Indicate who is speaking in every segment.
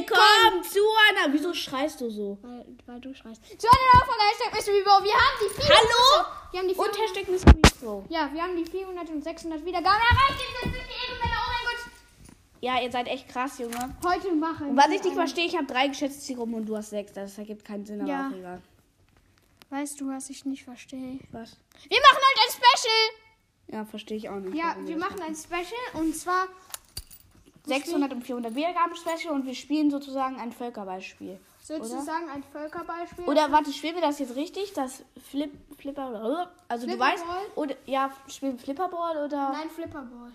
Speaker 1: Komm, Joanna, wieso schreist du so?
Speaker 2: Weil, weil du schreist. Zu einer neuen Folge Hashtag Mystery Bro. Wir haben die 400...
Speaker 1: Hallo?
Speaker 2: Wir haben die
Speaker 1: Und
Speaker 2: 400...
Speaker 1: Hashtag Mystery Bro.
Speaker 2: ja, wir haben die 400 und 600 Wiedergaben erreicht. Jetzt sind wir Ehrenmänner. Oh mein Gott.
Speaker 1: Ja, ihr seid echt krass, Junge.
Speaker 2: Heute machen
Speaker 1: Was
Speaker 2: wir
Speaker 1: ich nicht
Speaker 2: eine-
Speaker 1: verstehe, ich habe drei geschätzte Zielgruppen und du hast sechs. Das ergibt keinen Sinn, aber
Speaker 2: Ja.
Speaker 1: auch egal.
Speaker 2: Weißt du, was ich nicht verstehe?
Speaker 1: Was?
Speaker 2: Wir machen heute ein Special.
Speaker 1: Ja, verstehe ich auch nicht.
Speaker 2: Ja,
Speaker 1: warum
Speaker 2: wir
Speaker 1: das
Speaker 2: machen ein Special und zwar
Speaker 1: 600 und 400 Wiedergaben-Special und wir spielen sozusagen ein Völkerballspiel.
Speaker 2: sozusagen ein Völkerbeispiel.
Speaker 1: Oder warte, spielen wir das jetzt richtig? Das Flip, Flipper. Also du weißt.
Speaker 2: Flipperball?
Speaker 1: Oder ja, spielen wir Flipperball oder.
Speaker 2: Nein, Flipperball.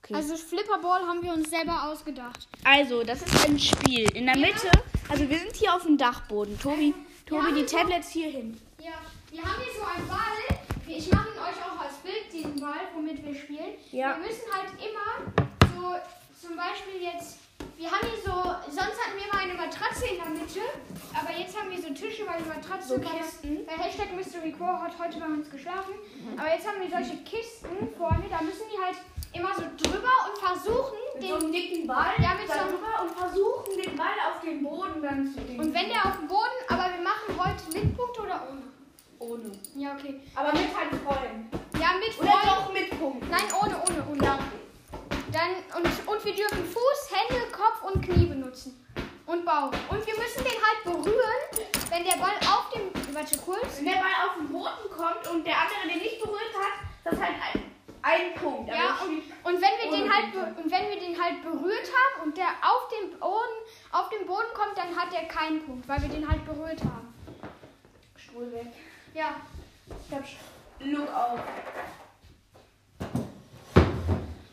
Speaker 1: Okay. Also,
Speaker 2: Also Flipperball haben wir uns selber ausgedacht.
Speaker 1: das ist ein Spiel. In der Mitte, also wir sind hier auf dem Dachboden. Tobi, Tobi,
Speaker 2: Ja,
Speaker 1: die
Speaker 2: ich
Speaker 1: Tablets hier hin.
Speaker 2: Ja, wir haben hier so einen Ball. Ich mache ihn euch auch als Bild, diesen Ball, womit wir spielen.
Speaker 1: Ja.
Speaker 2: Wir müssen halt immer so, zum Beispiel jetzt, wir haben hier so, sonst hatten wir mal eine Matratze in der Mitte, aber jetzt haben wir so Tische, weil die Matratze,
Speaker 1: So
Speaker 2: bei,
Speaker 1: Kisten.
Speaker 2: bei Hashtag Mystery Quo hat heute bei uns geschlafen, aber jetzt haben wir solche Kisten vorne, da müssen die halt immer so drüber und versuchen, den,
Speaker 1: einem dicken Ball
Speaker 2: Ja, mit so einem-
Speaker 1: darüber und versuchen den Ball auf den Boden dann zu legen.
Speaker 2: und wenn der auf dem Boden, aber wir machen heute mit Punkte oder ohne?
Speaker 1: ohne.
Speaker 2: Ja, okay.
Speaker 1: Aber mit halt Freunden.
Speaker 2: Ja, mit
Speaker 1: Oder
Speaker 2: Freunden.
Speaker 1: doch mit Punkten.
Speaker 2: Nein, ohne, ohne, ohne. Dann, und, und wir dürfen Fuß, Hände, Kopf und Knie benutzen. Und Bauch. Und wir müssen den halt berühren, wenn der Ball auf dem. Warte kurz.
Speaker 1: Wenn der Ball auf den Boden kommt und der andere den nicht berührt hat, das ist halt ein, ein Punkt. Aber
Speaker 2: Ja,
Speaker 1: das
Speaker 2: und,
Speaker 1: Spiel-
Speaker 2: und, wenn wir den
Speaker 1: Ohne
Speaker 2: halt, be- und wenn wir den halt berührt haben und der auf den Boden, auf den Boden kommt, dann hat er keinen Punkt, weil wir den halt berührt haben.
Speaker 1: Stuhl weg.
Speaker 2: Ja.
Speaker 1: Ich hab Look auf.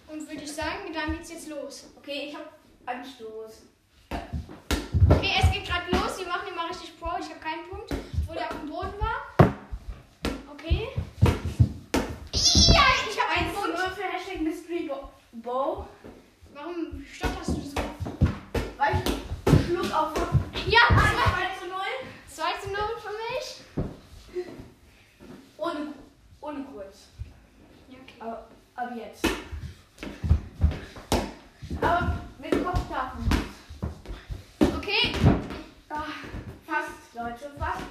Speaker 2: Und würde ich sagen, dann geht's jetzt los.
Speaker 1: Okay, ich hab Anstoß.
Speaker 2: Okay, es geht gerade los. Wir machen immer richtig Pro. Ich habe keinen Punkt, wo der auf dem Boden war. Okay. Ja, ich habe einen
Speaker 1: Ein Punkt
Speaker 2: Punkt.
Speaker 1: für Hashtag Mystery Bo- Bow,
Speaker 2: Warum stotterst du das?
Speaker 1: weil ich Schluck auf hab.
Speaker 2: Ja, zwei-
Speaker 1: 2 zu 0.
Speaker 2: 2 zu 0 für mich.
Speaker 1: Ohne, ohne kurz.
Speaker 2: Ja, okay.
Speaker 1: Aber, ab jetzt. Aber mit Kopf darf man.
Speaker 2: okay,
Speaker 1: Ah, Fast, Leute, fast.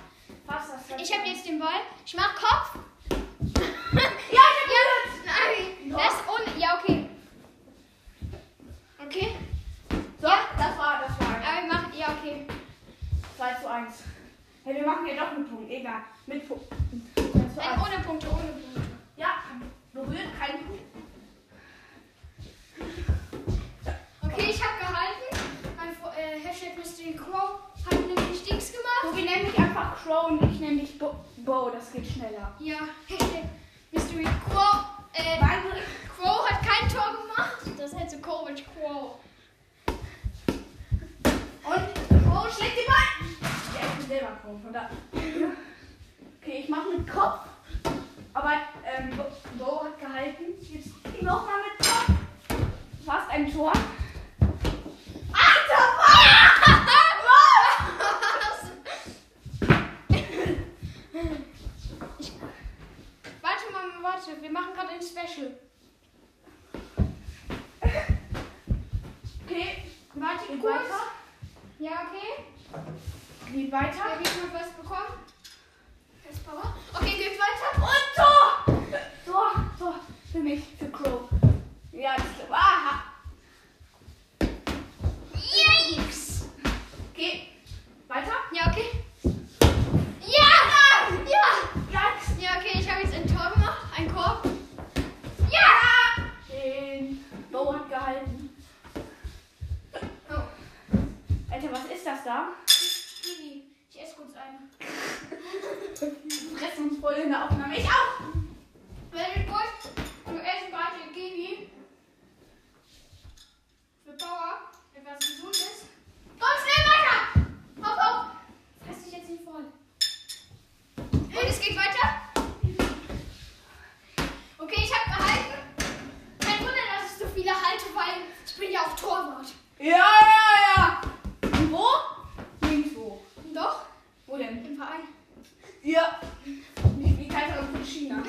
Speaker 1: Fast das letzte
Speaker 2: ich habe
Speaker 1: Mal.
Speaker 2: jetzt den Ball. Ich mache Kopf.
Speaker 1: Ja, ich hab
Speaker 2: Nein,
Speaker 1: Ja.
Speaker 2: das ohne. Ja, okay. Okay,
Speaker 1: So, das war, das war.
Speaker 2: aber wir machen. Ja, okay.
Speaker 1: 2 zu 1. Hey, wir machen ja doch einen Punkt, egal. Mit Punkt. 2 zu
Speaker 2: Nein,
Speaker 1: 1.
Speaker 2: Äh, ohne Punkte, ohne Punkte.
Speaker 1: Ja, berührt keinen Punkt.
Speaker 2: Okay, ich habe gehalten. Mein Fre- äh, Hashtag Mystery Crow hat nämlich Dings gemacht.
Speaker 1: Tobi nennt mich einfach Crow und ich nenne dich Bo. Bo, das geht schneller.
Speaker 2: Ja, Hashtag Mystery Crow. Äh,
Speaker 1: Wahnsinn.
Speaker 2: Crow hat kein Tor gemacht. Das ist halt so komisch, Crow.
Speaker 1: Und Crow schlägt den Ball. Ja, ich bin selber Crow, von da. Okay, ich mache mit Kopf. Aber ähm, Bo, Bo hat gehalten. Jetzt nochmal mit Kopf. Fast ein Tor. Alter,
Speaker 2: Ich- Warte mal, warte, wir machen gerade ein Special.
Speaker 1: Okay,
Speaker 2: Warte
Speaker 1: geht
Speaker 2: kurz.
Speaker 1: weiter.
Speaker 2: Ja, okay.
Speaker 1: Geht
Speaker 2: Wer
Speaker 1: weiter.
Speaker 2: hat noch was bekommen? Das Power. Okay, geht weiter.
Speaker 1: Und Tor! Tor, Tor. Für mich, für Crow. Ja, das ah, Aha.
Speaker 2: Yikes!
Speaker 1: Okay, weiter.
Speaker 2: Ja, okay. Ja! Ja!
Speaker 1: Platz.
Speaker 2: Ja, okay, ich habe jetzt ein Tor gemacht, ein Korb. Ja!
Speaker 1: Den Bo hat gehalten.
Speaker 2: Oh,
Speaker 1: Alter, was ist das da?
Speaker 2: Kiwi, ich esse kurz ein.
Speaker 1: Fressen uns voll in der Aufnahme. Ich auch!
Speaker 2: Warte kurz, wir essen gerade den Kiwi. Für Power, etwas Gesundes. Komm, schnell weiter! Hopp, hopp! Fress dich jetzt nicht voll. Und es geht weiter. Okay, ich habe gehalten. Kein Wunder, dass ich so viele halte, weil ich bin ja auch Torwart.
Speaker 1: Ja, ja, ja! Und wo? Nirgendwo.
Speaker 2: Doch,
Speaker 1: Wo denn?
Speaker 2: im Verein.
Speaker 1: Ja. Wie, wie Kaiser von China.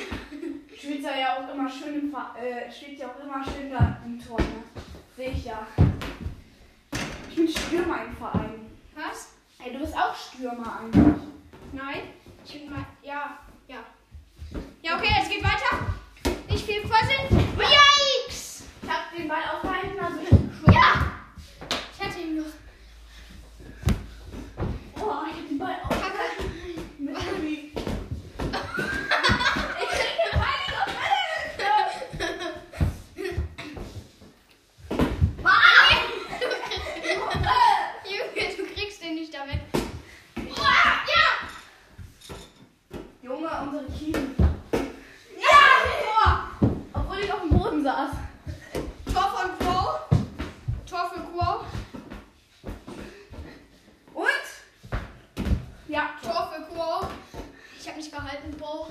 Speaker 1: Spielt er ja auch immer schön im Fa äh, spielt ja auch immer schön da im Tor, ne? Sehe ich ja. Ich bin Stürmer im Verein.
Speaker 2: Was?
Speaker 1: Ey, du bist auch Stürmer eigentlich.
Speaker 2: Nein. Ich bin mal. Ja, ja. Ja, okay, es geht weiter. Nicht viel Quasseln. Yikes!
Speaker 1: Ich hab den Ball aufgehalten, also ich schwör.
Speaker 2: Ja! Ich hatte ihn noch.
Speaker 1: Oh, ich hab den Ball aufgehalten.
Speaker 2: Kacke.
Speaker 1: Mit Gummi. ich krieg eine peinliche Fälle.
Speaker 2: Ah! Junge, du kriegst den nicht da weg. Uah, ja!
Speaker 1: Junge, unsere Kiel. Ja, Tor! Obwohl ich auf dem Boden saß.
Speaker 2: Tor von Quo. Tor für Quo.
Speaker 1: Und? Ja, Tor.
Speaker 2: Tor für Quo. Ich hab nicht gehalten, Bo.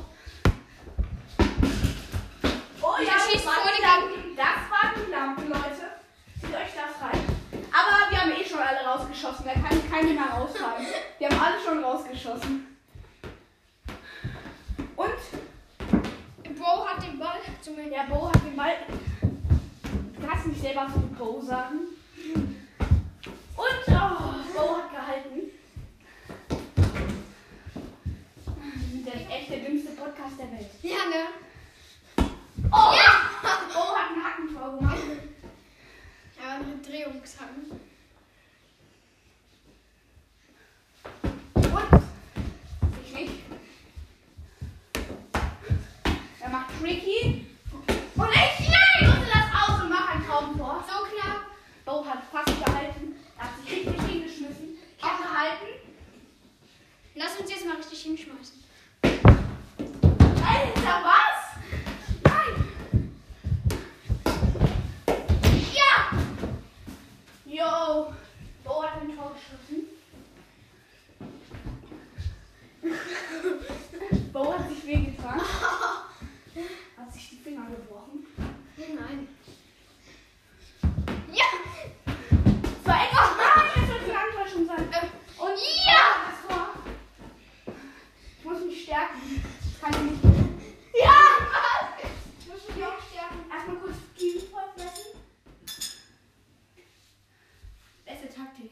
Speaker 1: Oh
Speaker 2: Und
Speaker 1: ja,
Speaker 2: er schießt
Speaker 1: das waren
Speaker 2: vor
Speaker 1: die
Speaker 2: die
Speaker 1: Lampen. Das waren die Lampen, Leute. Zieht euch das rein. Aber wir haben eh schon alle rausgeschossen. Da kann keine mehr raushaben. Wir haben alle schon rausgeschossen. Und
Speaker 2: Bo hat den Ball. Zum
Speaker 1: der Bo hat den Ball. Du kannst nicht selber zu Bo sagen. Und oh, Bo hat gehalten. Der echt der dümmste Podcast der Welt.
Speaker 2: Ja, ne?
Speaker 1: Oh! Bo hat einen Hackentor gemacht.
Speaker 2: Ja, eine Drehungshang.
Speaker 1: Und ich nicht. Er macht Tricky. Und ich, nein, nutze das aus und mache ein Traumtor.
Speaker 2: So knapp.
Speaker 1: Bo hat fast gehalten. Er hat sich richtig hingeschmissen. Ich hab gehalten.
Speaker 2: Lass uns jetzt mal richtig hinschmeißen.
Speaker 1: Alter, was? Nein. Ja. Yo. Bo hat ein Tor geschossen. Bo hat sich wehgetan. Hat sich die Finger gebrochen.
Speaker 2: Nein. Ja!
Speaker 1: So, etwas. Nein, das wird eine Enttäuschung sein.
Speaker 2: Äh,
Speaker 1: Und ja! Das war. Ich muss mich stärken. Ich kann ich nicht. Ja! Was? Ich muss mich auch stärken. Erstmal kurz die voll fressen. Beste Taktik.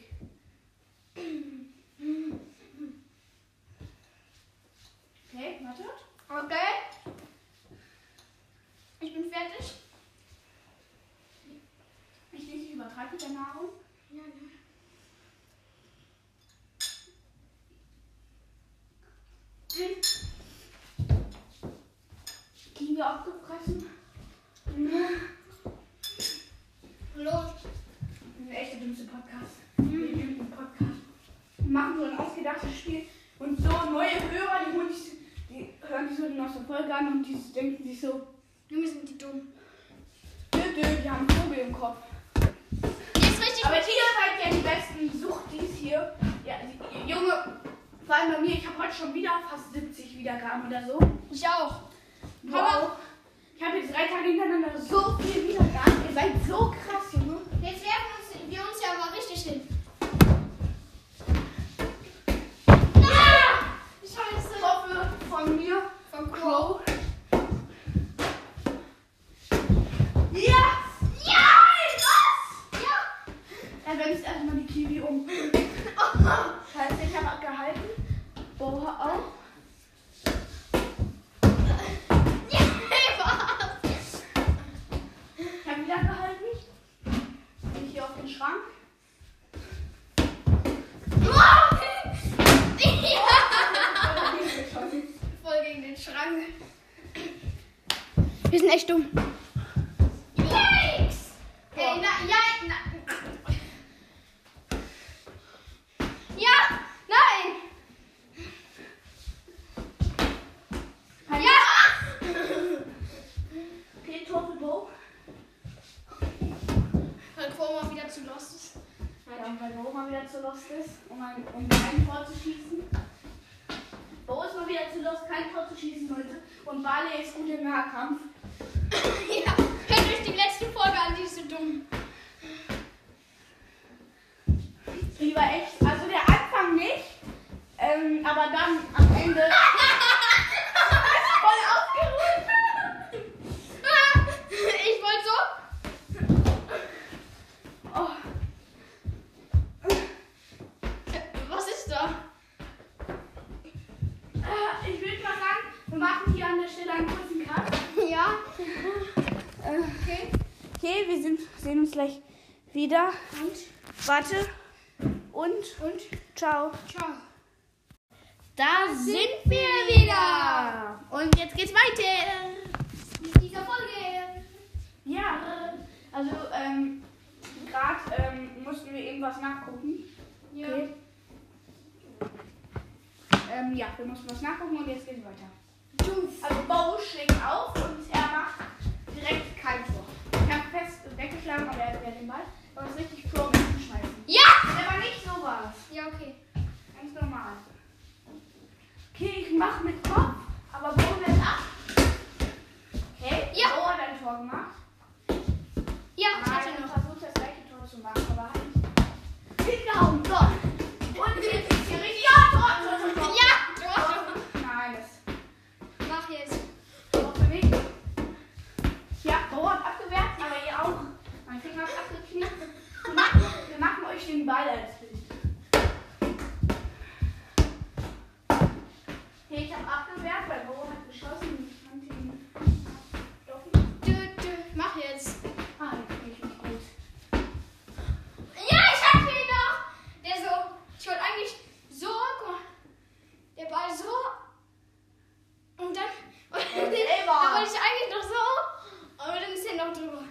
Speaker 1: Okay, warte.
Speaker 2: Okay. Ich bin fertig.
Speaker 1: Ich denke, ich übertreibe mit der Nahrung.
Speaker 2: Ja, ne?
Speaker 1: Kiwi aufgefressen.
Speaker 2: Los.
Speaker 1: Das ist echt der dümmste Podcast. Wir dümmsten Podcast. Wir machen so ein ausgedachtes Spiel und so neue Hörer, die, holen sich, die hören sich so die neueste Folge an und die denken sich so,
Speaker 2: Junge, sind die dumm.
Speaker 1: dö, dö, die haben einen Vogel im Kopf.
Speaker 2: Hier ist richtig.
Speaker 1: Aber Tiger seid ja die besten, sucht dies hier. Ja, die, Junge, vor allem bei mir, ich habe heute schon wieder fast 70 Wiedergaben oder so.
Speaker 2: ich auch.
Speaker 1: Du
Speaker 2: Wow.
Speaker 1: auch. Ich habe jetzt drei Tage hintereinander so viel Wiedergaben. Ihr seid so krass, Junge.
Speaker 2: Jetzt werfen uns, wir uns ja mal richtig hin.
Speaker 1: Ja!
Speaker 2: Ah! Scheiße.
Speaker 1: Hoffe von mir, von Crow. Ja!
Speaker 2: Ja! Was? Ja!
Speaker 1: Er wendet erstmal die Kiwi um. Scheiße, ich habe gehalten. Boah, auch.
Speaker 2: Ja, was?
Speaker 1: Ich habe wieder gehalten. Bin hier auf den Schrank.
Speaker 2: Oh. Ja. Voll gegen den Schrank.
Speaker 1: Wir sind echt dumm.
Speaker 2: Yikes! Ey, na, ja, na. Ja! Nein!
Speaker 1: Halt
Speaker 2: Ja!
Speaker 1: Okay, Tor für Bo.
Speaker 2: Weil Cuomo Halt wieder zu lost ist.
Speaker 1: Ja, weil Bo mal wieder zu lost ist, um ein, um kein Tor zu schießen. Bo ist mal wieder zu lost, kein Tor zu schießen, Leute. Und Barley ist gut im Nahkampf.
Speaker 2: Ja, hört euch die letzte Folge an, die ist so dumm.
Speaker 1: Die war echt, also der Anfang nicht, ähm, aber dann am Ende. voll aufgeruht.
Speaker 2: Ah, ich wollte so.
Speaker 1: Oh. Ah,
Speaker 3: sehen uns gleich wieder.
Speaker 2: Und,
Speaker 3: Warte. Und
Speaker 2: und,
Speaker 3: ciao.
Speaker 2: ciao.
Speaker 3: Da
Speaker 2: sind wir wieder.
Speaker 3: Und jetzt geht's weiter.
Speaker 2: Mit dieser Folge.
Speaker 1: Ja, also ähm, gerade ähm, mussten wir irgendwas nachgucken.
Speaker 2: Ja.
Speaker 1: Okay. Ähm, ja, wir mussten was nachgucken und jetzt geht's weiter. Also Bo schlägt auf und er macht direkt kein Tor. Ich habe fest weggeschlagen, aber er hat ja den Ball. Aber es ist richtig pro schmeißen.
Speaker 2: Ja!
Speaker 1: Aber nicht sowas.
Speaker 2: Ja, okay.
Speaker 1: Ganz normal. Okay, ich mach mit Kopf, aber Bo wird ab. Okay,
Speaker 2: Ja.
Speaker 1: Bo hat ein Tor gemacht.
Speaker 2: Ja,
Speaker 1: Nein,
Speaker 2: ich hatte noch.
Speaker 1: versucht das gleiche Tor zu machen, aber halt hat nicht. Hingehauen, Tor. Und jetzt ist hier richtig. Ja, Tor, Tor, Tor, Tor.
Speaker 2: Ja!
Speaker 1: Nein, das
Speaker 2: Mach jetzt.
Speaker 1: Tor für mich. Ja, Bo hat abgewehrt, aber ihr auch. Mein Finger ist abgeknickt. Wir machen, wir machen euch den Ball als Bild. Hey, ich habe abgewehrt, weil Bo hat geschossen. Ich fand ihn abgestochen.
Speaker 2: Dö, dö. Mach jetzt.
Speaker 1: Ah, jetzt bin ich nicht gut.
Speaker 2: Ja, ich hab ihn noch! Der so, ich wollte eigentlich so, guck mal, der Ball so und dann, und
Speaker 1: Elfer.
Speaker 2: da wollte ich eigentlich noch so, aber dann ist er noch drüber.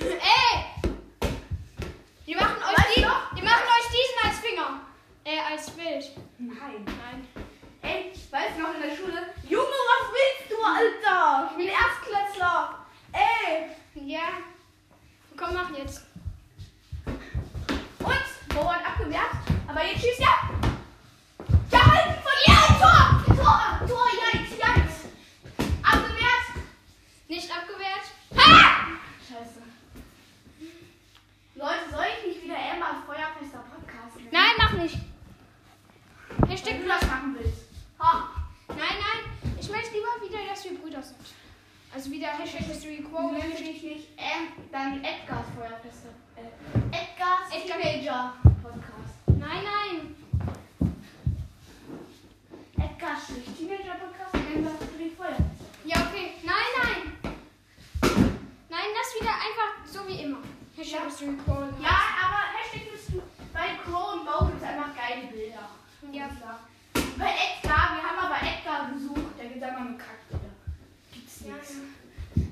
Speaker 2: Ey! Die machen euch,
Speaker 1: Weißt
Speaker 2: die,
Speaker 1: du noch?
Speaker 2: die machen euch diesen als Finger, äh, als Bild.
Speaker 1: Nein.
Speaker 2: Nein.
Speaker 1: Ey, ich weiß noch in der Schule. Junge, was willst du, Alter? Ich bin Erstklässler. Ey.
Speaker 2: Ja. Komm, mach jetzt.
Speaker 1: Und? Bo hat abgewehrt. Aber jetzt schießt er. Ja,
Speaker 2: halt
Speaker 1: halten von ihr. Tor. Tor. Tor. Jans. Jans. Abgewehrt.
Speaker 2: Nicht abgewehrt.
Speaker 1: Ha! Scheiße. Leute, soll ich nicht wieder Emma Feuerfester Podcast nennen?
Speaker 2: Nein, mach nicht. Hier
Speaker 1: Wenn
Speaker 2: steckt
Speaker 1: du
Speaker 2: was.
Speaker 1: das machen willst. Ha.
Speaker 2: Nein, nein, ich möchte lieber wieder, dass wir Brüder sind. Also wieder Hashtag History Quo.
Speaker 1: Warum nenne ich nicht ähm, dann Edgars Feuerfester? Äh, Edgars
Speaker 2: Edgar-
Speaker 1: Teenager Podcast.
Speaker 2: Nein, nein.
Speaker 1: Edgar Schlicht, Teenager-Podcast, nennen wir für die Feuerwehr.
Speaker 2: Ja, okay. Nein, nein. Nein, das wieder einfach so wie immer. Hashtag
Speaker 1: Ja.
Speaker 2: History Quo.
Speaker 1: Ja, aber Hashtag müssen bei Crow und Bow gibt es einfach geile Bilder. muss
Speaker 2: Ja.
Speaker 1: ich sagen. Bei Edgar, wir haben aber Edgar gesucht, da gibt es einfach nur Kackbilder. Gibt's
Speaker 2: Ja,
Speaker 1: nichts.
Speaker 2: ja.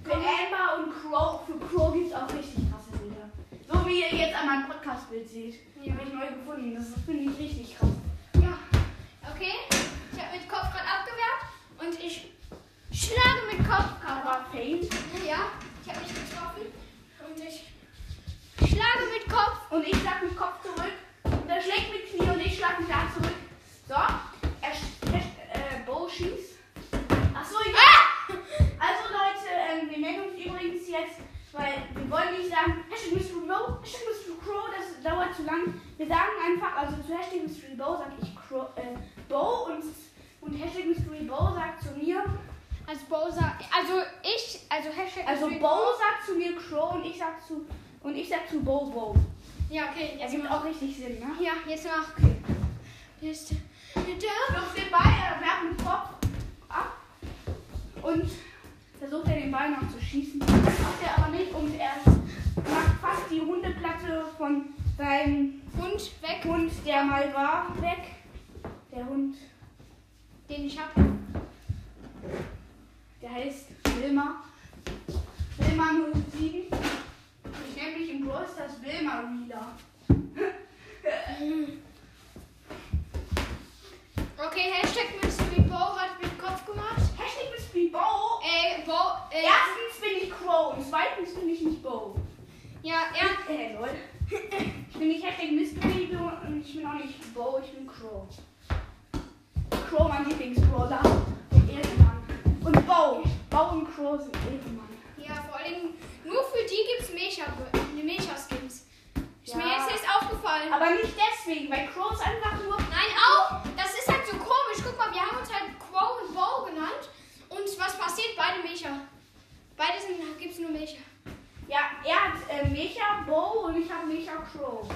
Speaker 1: Für Amber und Crow, für Crow gibt es auch richtig krasse Bilder. So wie ihr jetzt an meinem Podcast-Bild seht. Die
Speaker 2: Ja.
Speaker 1: habe ich neu gefunden, das ist- finde ich richtig krass.
Speaker 2: Ja. Okay. Ich habe mit Kopf gerade abgewehrt und ich schlage mit Kopf gerade.
Speaker 1: Aber faint.
Speaker 2: Ja, ich habe nicht getroffen und ich schlage mit Kopf.
Speaker 1: Und ich schlag mit Kopf zurück. Und er schlägt mit Knie und ich schlag mit Arm zurück. So, er sch- äh, Bo schießt. Achso, ja. Also Leute, ähm, wir melden uns übrigens jetzt, weil wir wollen nicht sagen, Hashtag Mystery Bo, Hashtag Mystery Crow, das dauert zu lang. Wir sagen einfach, also zu Hashtag Mystery Bo sag ich Crow, äh, Bo und, und Hashtag Mystery Bo sagt zu mir,
Speaker 2: Also Bowser, also ich, also Hashtag
Speaker 1: also
Speaker 2: History
Speaker 1: Bo sagt zu mir Crow und ich sag zu, und ich sag zu Bo Bo.
Speaker 2: Ja, okay.
Speaker 1: Das
Speaker 2: Jetzt
Speaker 1: gibt
Speaker 2: mach.
Speaker 1: auch richtig Sinn, ne?
Speaker 2: Ja, jetzt mach. Jetzt.
Speaker 1: wirft den Ball, er werft den Kopf ab und versucht er den Ball noch zu schießen. Macht er aber nicht und er macht fast die Hundeplatte von seinem
Speaker 2: Hund weg,
Speaker 1: Hund, der mal war, weg. Der Hund,
Speaker 2: den ich hab.
Speaker 1: der heißt Wilma. Wilma 07. Ich nenne mich im Brawl Stars Wilma wieder.
Speaker 2: Okay, Hashtag Mystery Bo hat mit Kopf gemacht.
Speaker 1: Hashtag ist wie Bo.
Speaker 2: Äh, Bo, äh,
Speaker 1: Erstens bin ich Crow und zweitens bin ich nicht Bo.
Speaker 2: ja, ja,
Speaker 1: Äh, lol. Ich bin nicht Hashtag Mystery und ich bin auch nicht Bo, ich bin Crow. Crow, mein Lieblingsbrawler. Der Ehrenmann. Und Bo. Bo und Crow sind Ehrenmann.
Speaker 2: ja, vor allem nur für die gibt's Mecha, ne Mecha-Skins. Ist mir
Speaker 1: Ja.
Speaker 2: jetzt erst aufgefallen.
Speaker 1: Aber nicht deswegen, weil Crow ist einfach nur.
Speaker 2: Nein, auch, das ist halt so komisch. Guck mal, wir haben uns halt Quo und Bo genannt. Und was passiert? Beide Mecha. Beide sind, gibt's nur Mecha.
Speaker 1: Ja, er hat äh, Mecha Bo und ich habe Mecha Crow.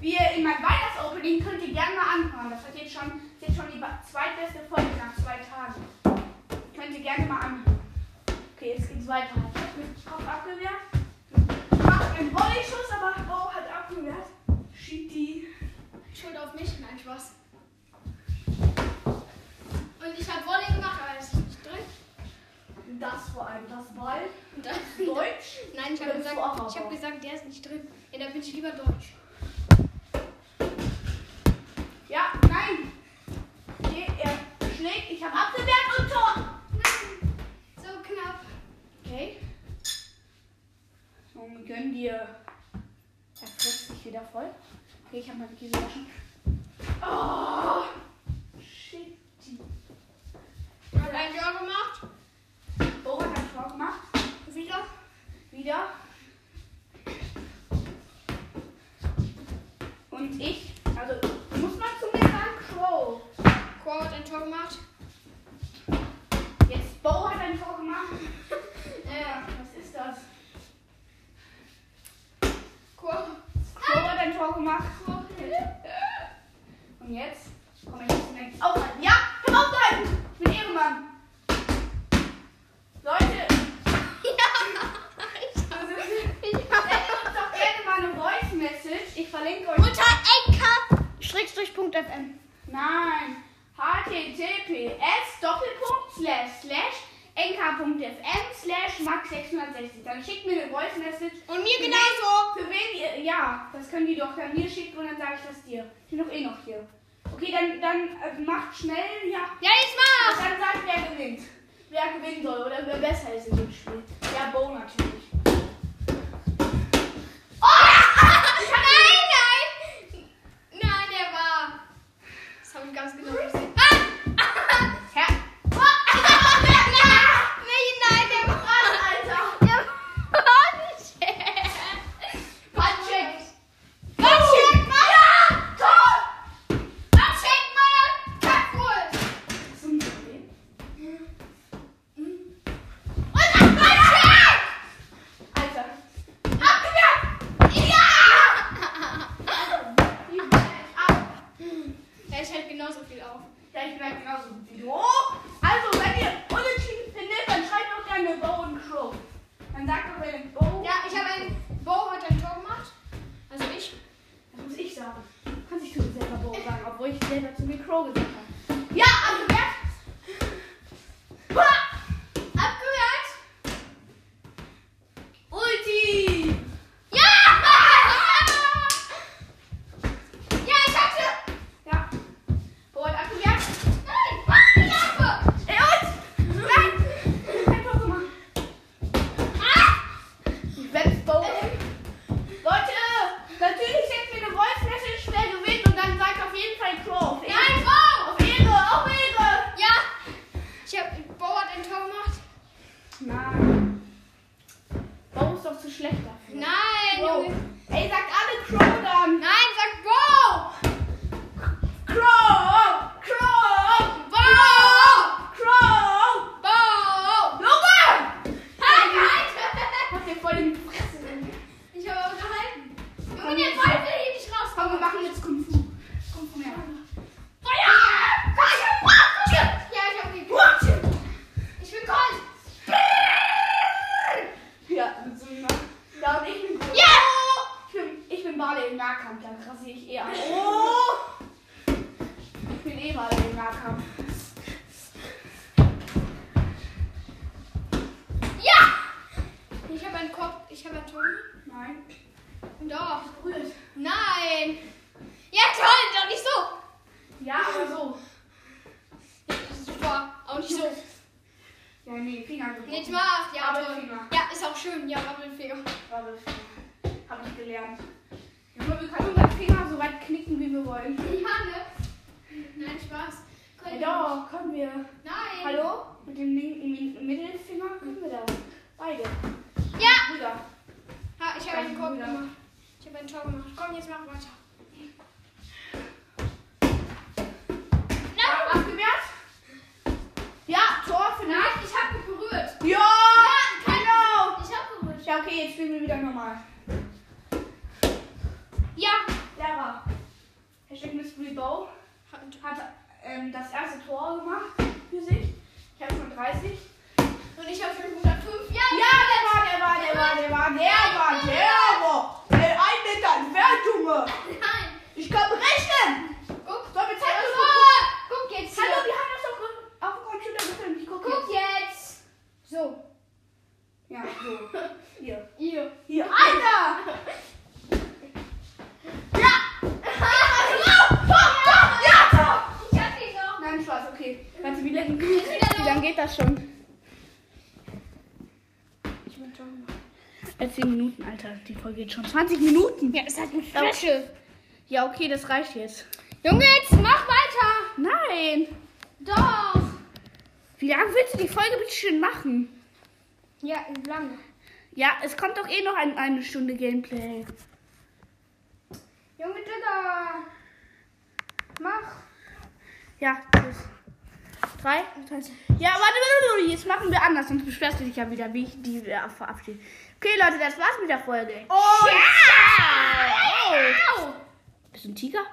Speaker 1: Wie ihr in meinem Weihnachtsopening könnt ihr gerne mal anhören. Das hat jetzt schon, ist jetzt schon die ba- zweitbeste Folge nach zwei Tagen. Könnt ihr gerne mal anhören. Okay, jetzt geht's weiter. Ich hab mit Kopf abgewehrt. Mach habe den Bodyschuss, aber Bo hat abgewehrt. Schiebt die.
Speaker 2: Schuld auf mich, nein, Spaß. Und ich habe Volley gemacht, aber es ist nicht drin.
Speaker 1: Das vor allem, das Ball.
Speaker 2: Und dann-
Speaker 1: Deutsch.
Speaker 2: Nein, ich habe
Speaker 1: Oder
Speaker 2: gesagt,
Speaker 1: Vorhaben.
Speaker 2: ich hab gesagt, der ist nicht drin. Ja, dann bin ich lieber deutsch.
Speaker 1: Ja, nein. Okay, er schlägt. Ich habe abgewehrt und Tor.
Speaker 2: Nein, so knapp.
Speaker 1: Okay. Und gönn dir. Er frisst sich wieder voll. Okay, ich habe meine Kiesel waschen. Oh, shit.
Speaker 2: Hat ein Jahr gemacht.
Speaker 1: Bo hat einen Tor gemacht.
Speaker 2: Wieder.
Speaker 1: Wieder. Und ich, also muss man zu mir sagen, Crow.
Speaker 2: Chor hat ein Tor gemacht.
Speaker 1: Jetzt Bo hat ein Tor gemacht. äh, was ist das?
Speaker 2: Chor.
Speaker 1: Crow hat ein Tor gemacht.
Speaker 2: Chor.
Speaker 1: Und jetzt komme ich jetzt direkt aufhalten. Ja, ich hab aufgehalten. Ich bin Ehrenmann. Leute,
Speaker 2: Ich
Speaker 1: sendet
Speaker 2: hab-
Speaker 1: uns doch gerne mal eine Voice Message. Ich verlinke euch.
Speaker 2: Unter enka-punkt.fm.
Speaker 1: Nein. https doppelpunkt slash slash nk.fm slash max660. Dann schickt mir eine Voice Message.
Speaker 2: Und mir genauso.
Speaker 1: Für wen ihr, ja, das können die doch dann mir schicken und dann sage ich das dir. Ich bin doch eh noch hier. Okay, dann, dann äh, macht schnell, ja.
Speaker 2: Ja, jetzt
Speaker 1: Und
Speaker 2: mach.
Speaker 1: dann sagt, wer gewinnt. Wer gewinnen soll oder wer besser ist in dem Spiel. Ja, Bo natürlich.
Speaker 2: Oh. nein, nein. Nein, der war. Das habe ich ganz genau gesehen. Ah!
Speaker 1: Hä?
Speaker 2: Nein, nein, der war.
Speaker 1: Alter!
Speaker 2: Der war
Speaker 1: Patrick! Hast du mich gesehen? Hm? Alter! Wie bin ich ab? Ja, ich bin halt genauso gut wie du. Also, wenn ihr unentschieden findet, dann schreibt doch gerne Bo und Crow. Dann sagt doch, wer den Bo. Das muss ich sagen. Kannst dich zu mir selber Bo sagen, obwohl ich selber zu mir Crow gesagt habe. Ja, abgewehrt! Ha! Abgewehrt! Ulti! Ja. Bo hat abgewehrt. Ey, und! Nein! Kein Tor gemacht. Ich werd's Bo. Leute, natürlich schickt mir eine Voice Message, wer gewinnt und dann sagt auf jeden Fall Crow. Auf Ehre.
Speaker 2: Nein, Bo!
Speaker 1: Auf Ehre, auf Ehre! Nein. Bo ist doch zu schlecht dafür. Crow. Ey, sagt alle Crow dann.
Speaker 2: Nein, sag Bo!
Speaker 1: Crow! Crow!
Speaker 2: Bo!
Speaker 1: Crow!
Speaker 2: Bo!
Speaker 1: Junge!
Speaker 2: Halt, halt!
Speaker 1: Habt ihr voll den Fresse.
Speaker 2: Ich habe auch gehalten. Junge, der Ball will hier nicht raus.
Speaker 1: Komm, wir machen jetzt Kung Fu. Kung Fu mehr.
Speaker 2: Ja, ich habe gekriegt. Ich bin Gold.
Speaker 1: Ja, mit so einer- Ja, und ich bin gut.
Speaker 2: Ja!
Speaker 1: Ich bin, ich bin Barley im Nahkampf, dann rasiere ich eh ab. Oh! Ich bin eh Barley im Nahkampf.
Speaker 2: Ja! Ich habe einen Kopf. Ich habe einen Ton.
Speaker 1: Nein.
Speaker 2: Doch.
Speaker 1: Berührt.
Speaker 2: Nein. Ja, toll. Doch nicht so.
Speaker 1: Ja, aber so.
Speaker 2: Ja, das ist Super. Auch nicht so.
Speaker 1: Ja, nee, Finger gebrochen.
Speaker 2: Nicht macht. Ja, toll.
Speaker 1: Rabbelfinger.
Speaker 2: Ja, ist auch schön. Ja, Rabbelfinger.
Speaker 1: Rabbelfinger. Hab ich gelernt. Junge, wir können unseren Finger so weit knicken, wie wir wollen.
Speaker 2: Ja, ne? Nein, Spaß.
Speaker 1: Ja,
Speaker 2: Können wir nicht.
Speaker 1: doch, können wir.
Speaker 2: Nein.
Speaker 1: Hallo? Mit dem linken Min- Mittelfinger können wir das. Beide.
Speaker 2: Ja.
Speaker 1: Brüder.
Speaker 2: Ha, ich habe einen Kopf gemacht. Ich habe einen Tor gemacht. Komm, jetzt mach weiter.
Speaker 1: Ja,
Speaker 2: Nein!
Speaker 1: abgewehrt. Ja, Tor für
Speaker 2: Nein, ich habe berührt.
Speaker 1: Ja! Genau!
Speaker 2: Ich habe berührt.
Speaker 1: Ja, okay, jetzt spielen wir wieder normal.
Speaker 2: Ja.
Speaker 1: Lara. Hashtag Miss Rebow
Speaker 2: Und
Speaker 1: hat ähm, das erste Tor gemacht für sich. Ich habe schon 30.
Speaker 2: ich habe schon 105. Ja,
Speaker 1: Ja, der war, der war, der war, der war, der war, der war, ja schon.
Speaker 2: Ich bin schon.
Speaker 1: 10 Minuten, Alter. Die Folge geht schon 20 Minuten.
Speaker 2: Ja, ist halt ein Special.
Speaker 1: Ja, okay, das reicht jetzt.
Speaker 2: Junge, jetzt mach weiter.
Speaker 1: Nein.
Speaker 2: Doch.
Speaker 1: Wie lange willst du die Folge bitte schön machen?
Speaker 2: Ja, lange.
Speaker 1: Ja, es kommt doch eh noch ein, eine Stunde Gameplay.
Speaker 2: Junge, Digga. Mach.
Speaker 1: Ja, tschüss. Drei? tschüss. Ja, warte, warte, warte, jetzt machen wir anders, sonst beschwerst du dich ja wieder, wie ich die äh, verabschiede. Okay, Leute, das war's mit der Folge.
Speaker 2: Oh,
Speaker 1: Ciao!
Speaker 2: Au.
Speaker 1: Bist du ein Tiger?